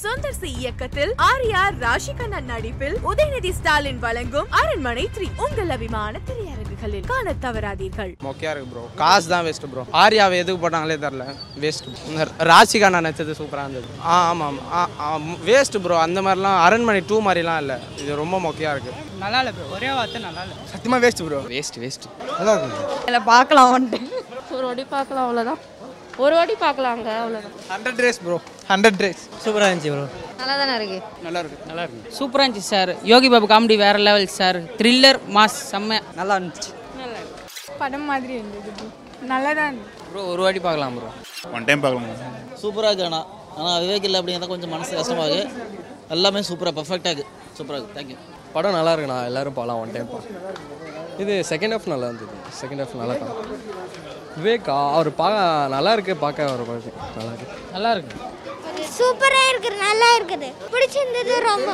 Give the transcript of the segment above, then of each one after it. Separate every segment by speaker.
Speaker 1: Sundar C இயக்கத்தில் R R ராஷிகண்ணன் நடிப்பில் உதயநிதி ஸ்டாலின் வழங்கும் அரண்மனை த்ரீ உங்கள் அபிமான திரையரங்குகளில் காணத் தவறாதீர்கள்
Speaker 2: மொக்கையாக இருக்கு ப்ரோ காசு தான் வேஸ்ட் ப்ரோ ஆர்யாவை எதுக்கு போட்டாங்களே தெரில வேஸ்ட் ராசிகா நான் நடிச்சது சூப்பராக இருந்தது ஆ ஆமாம் ஆமாம் வேஸ்ட் ப்ரோ அந்த மாதிரிலாம் அரண்மனை டூ மாதிரிலாம் இல்லை இது ரொம்ப மொக்கையாக இருக்குது
Speaker 3: நல்லா இல்லை ப்ரோ ஒரே வார்த்தை நல்லா இல்லை
Speaker 2: சத்தியமாக வேஸ்ட் ப்ரோ வேஸ்ட் வேஸ்ட் நல்லா
Speaker 4: இல்லை பார்க்கலாம் வந்துட்டு
Speaker 5: ஒரு வாட்டி பார்க்கலாம் அவ்வளோதான் ஒரு வாட்டி பார்க்கலாங்க அவ்வளோதான்
Speaker 2: hundred days bro hundred days
Speaker 6: சூப்பராக இருந்துச்சு ப்ரோ
Speaker 4: நல்லா தானே இருக்கு
Speaker 2: நல்லா இருக்கு நல்லா இருக்கு
Speaker 3: சூப்பராக இருந்துச்சு சார் யோகி பாபு காமெடி வேற லெவல் சார் த்ரில்லர் மாஸ் செம்ம
Speaker 6: நல்லா இருந்துச்சு
Speaker 5: படம் மாதிரி இருந்தது நல்லா தான்
Speaker 2: ப்ரோ ஒரு வாட்டி பார்க்கலாம் ப்ரோ
Speaker 7: ஒன் டைம் பார்க்கணும்
Speaker 6: சூப்பராக இருக்கு ஆனால் ஆனால் விவேக் இல்லை அப்படிங்கிறத கொஞ்சம் மனசு கஷ்டமாக இருக்கு எல்லாமே சூப்பராக பர்ஃபெக்டாக இருக்கு சூப்பராக இருக்கு தேங்க்யூ படம் நல்லா இருக்குண்ணா எல்லாரும் போகலாம் ஒன் டைம் இது செகண்ட் ஹாஃப் நல்லா இருந்தது செகண்ட் ஹாஃப் நல்லா இருக்கும் விவேக் அவர் பா நல்லா இருக்கு பார்க்க அவர் பார்க்க நல்லா இருக்கு
Speaker 3: நல்லா இருக்கு
Speaker 8: சூப்பராக இருக்குது நல்லா இருக்குது பிடிச்சிருந்தது ரொம்ப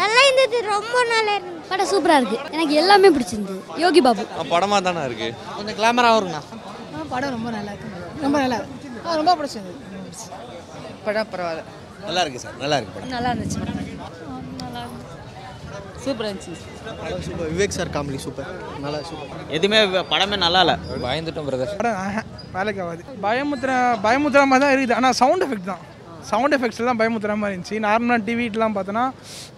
Speaker 8: நல்லா இருந்தது ரொம்ப நல்லா இருந்தது படம் சூப்பராக இருக்குது எனக்கு எல்லாமே பிடிச்சிருந்தது யோகி பாபு
Speaker 6: படமாக தானே இருக்கு
Speaker 3: கொஞ்சம் கிளாமராகவும் இருக்குண்ணா
Speaker 9: படம் ரொம்ப நல்லா இருக்கு ரொம்ப நல்லா இருக்கு ரொம்ப பிடிச்சது
Speaker 3: படம் பரவாயில்ல
Speaker 6: நல்லா இருக்கு சார் நல்லா இருக்கு
Speaker 4: நல்லா இருந்துச்சு படம்
Speaker 3: சூப்பராக இருந்துச்சு
Speaker 6: விவேக் சார் காமெடி சூப்பர் நல்லா சூப்பர்
Speaker 2: எதுவுமே படமே நல்லா இல்லை பயந்துட்டோம் பிரதர்
Speaker 9: வேலைக்கு ஆகாது பயமுத்திர பயமுத்திர மாதிரி தான் இருக்குது ஆனால் சவுண்ட் எஃபெக்ட் தான் சவுண்ட் எஃபெக்ட்ஸ் தான் பயமுத்திர மாதிரி இருந்துச்சு நார்மலாக டிவிலாம் பார்த்தோன்னா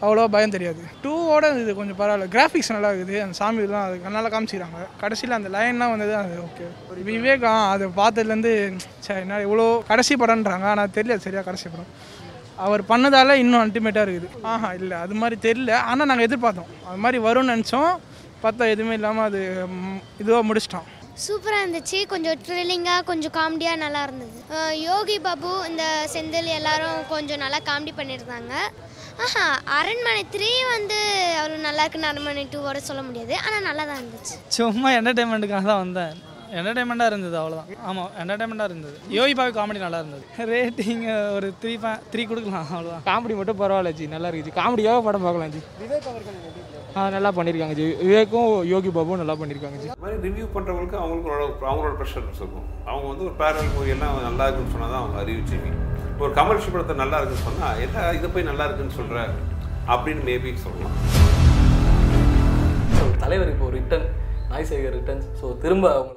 Speaker 9: அவ்வளோ பயம் தெரியாது டூவோட இது கொஞ்சம் பரவாயில்ல கிராஃபிக்ஸ் நல்லா இருக்குது அந்த சாமி இதெல்லாம் அது நல்லா காமிச்சிக்கிறாங்க கடைசியில் அந்த லைன்லாம் வந்தது அது ஓகே விவேக் ஆ, அதை பார்த்ததுலேருந்து சே என்ன இவ்வளோ கடைசி படம்ன்றாங்க ஆனால் தெரியல சரியா கடைசி படம் அவர் பண்ணதால இன்னும் அல்டிமேட்டாக இருக்குது ஆஹா இல்லை அது மாதிரி தெரியல ஆனால் நாங்கள் எதிர்பார்த்தோம் அது மாதிரி வரும்னு நினச்சோம் பார்த்தா எதுவுமே இல்லாமல் அது இதுவாக முடிச்சிட்டோம்
Speaker 8: சூப்பராக இருந்துச்சு கொஞ்சம் த்ரில்லிங்காக கொஞ்சம் காமெடியாக நல்லா இருந்தது அஹ் யோகி பாபு இந்த செந்தில் எல்லாரும் கொஞ்சம் நல்லா காமெடி பண்ணியிருந்தாங்க ஆஹா அரண்மனை த்ரீ வந்து அவ்வளோ நல்லா இருக்குன்னு அரண்மனை டூவோட சொல்ல முடியாது ஆனால் நல்லா தான் இருந்துச்சு
Speaker 9: சும்மா என்டர்டைன்மெண்ட்டுக்காக தான் வந்தேன் என்டர்டைன்மெண்ட்டாக இருந்தது அவ்வளோதான் ஆமாம் என்டர்டைன்மெண்ட்டாக இருந்தது யோகி பாவி காமெடி நல்லா இருந்தது ரேட்டிங் ஒரு த்ரீ த்ரீ கொடுக்கலாம் அவ்வளோதான்
Speaker 10: காமெடி மட்டும் பரவாயில்ல ஜி நல்லா இருக்குது ஜி காமெடியாக படம் பார்க்கலாம் ஜி விவேக் அவர்கள் நல்லா பண்ணியிருக்காங்க ஜி விவேக்கும் யோகி பாபுவும் நல்லா பண்ணியிருக்காங்க ஜி
Speaker 11: இந்த மாதிரி ரிவ்யூ பண்ணுறவங்களுக்கு அவங்களுக்கு ஒரு அளவு- அவங்களோட ப்ரெஷர் இருக்கும் அவங்க வந்து ஒரு பேரல் மூவி எல்லாம் நல்லா இருக்குன்னு சொன்னால் தான் அவங்க அறிவிச்சிங்க ஒரு கமர்ஷியல் படத்தை நல்லா இருக்குன்னு சொன்னால் என்ன இதை போய் நல்லா இருக்குன்னு சொல்கிற அப்படின்னு மேபி சொல்லலாம்
Speaker 10: ஸோ தலைவர் இப்போ ரிட்டர்ன் நாய் சேகர் ரிட்டர்ன்ஸ் ஸோ திரும்ப அவங்க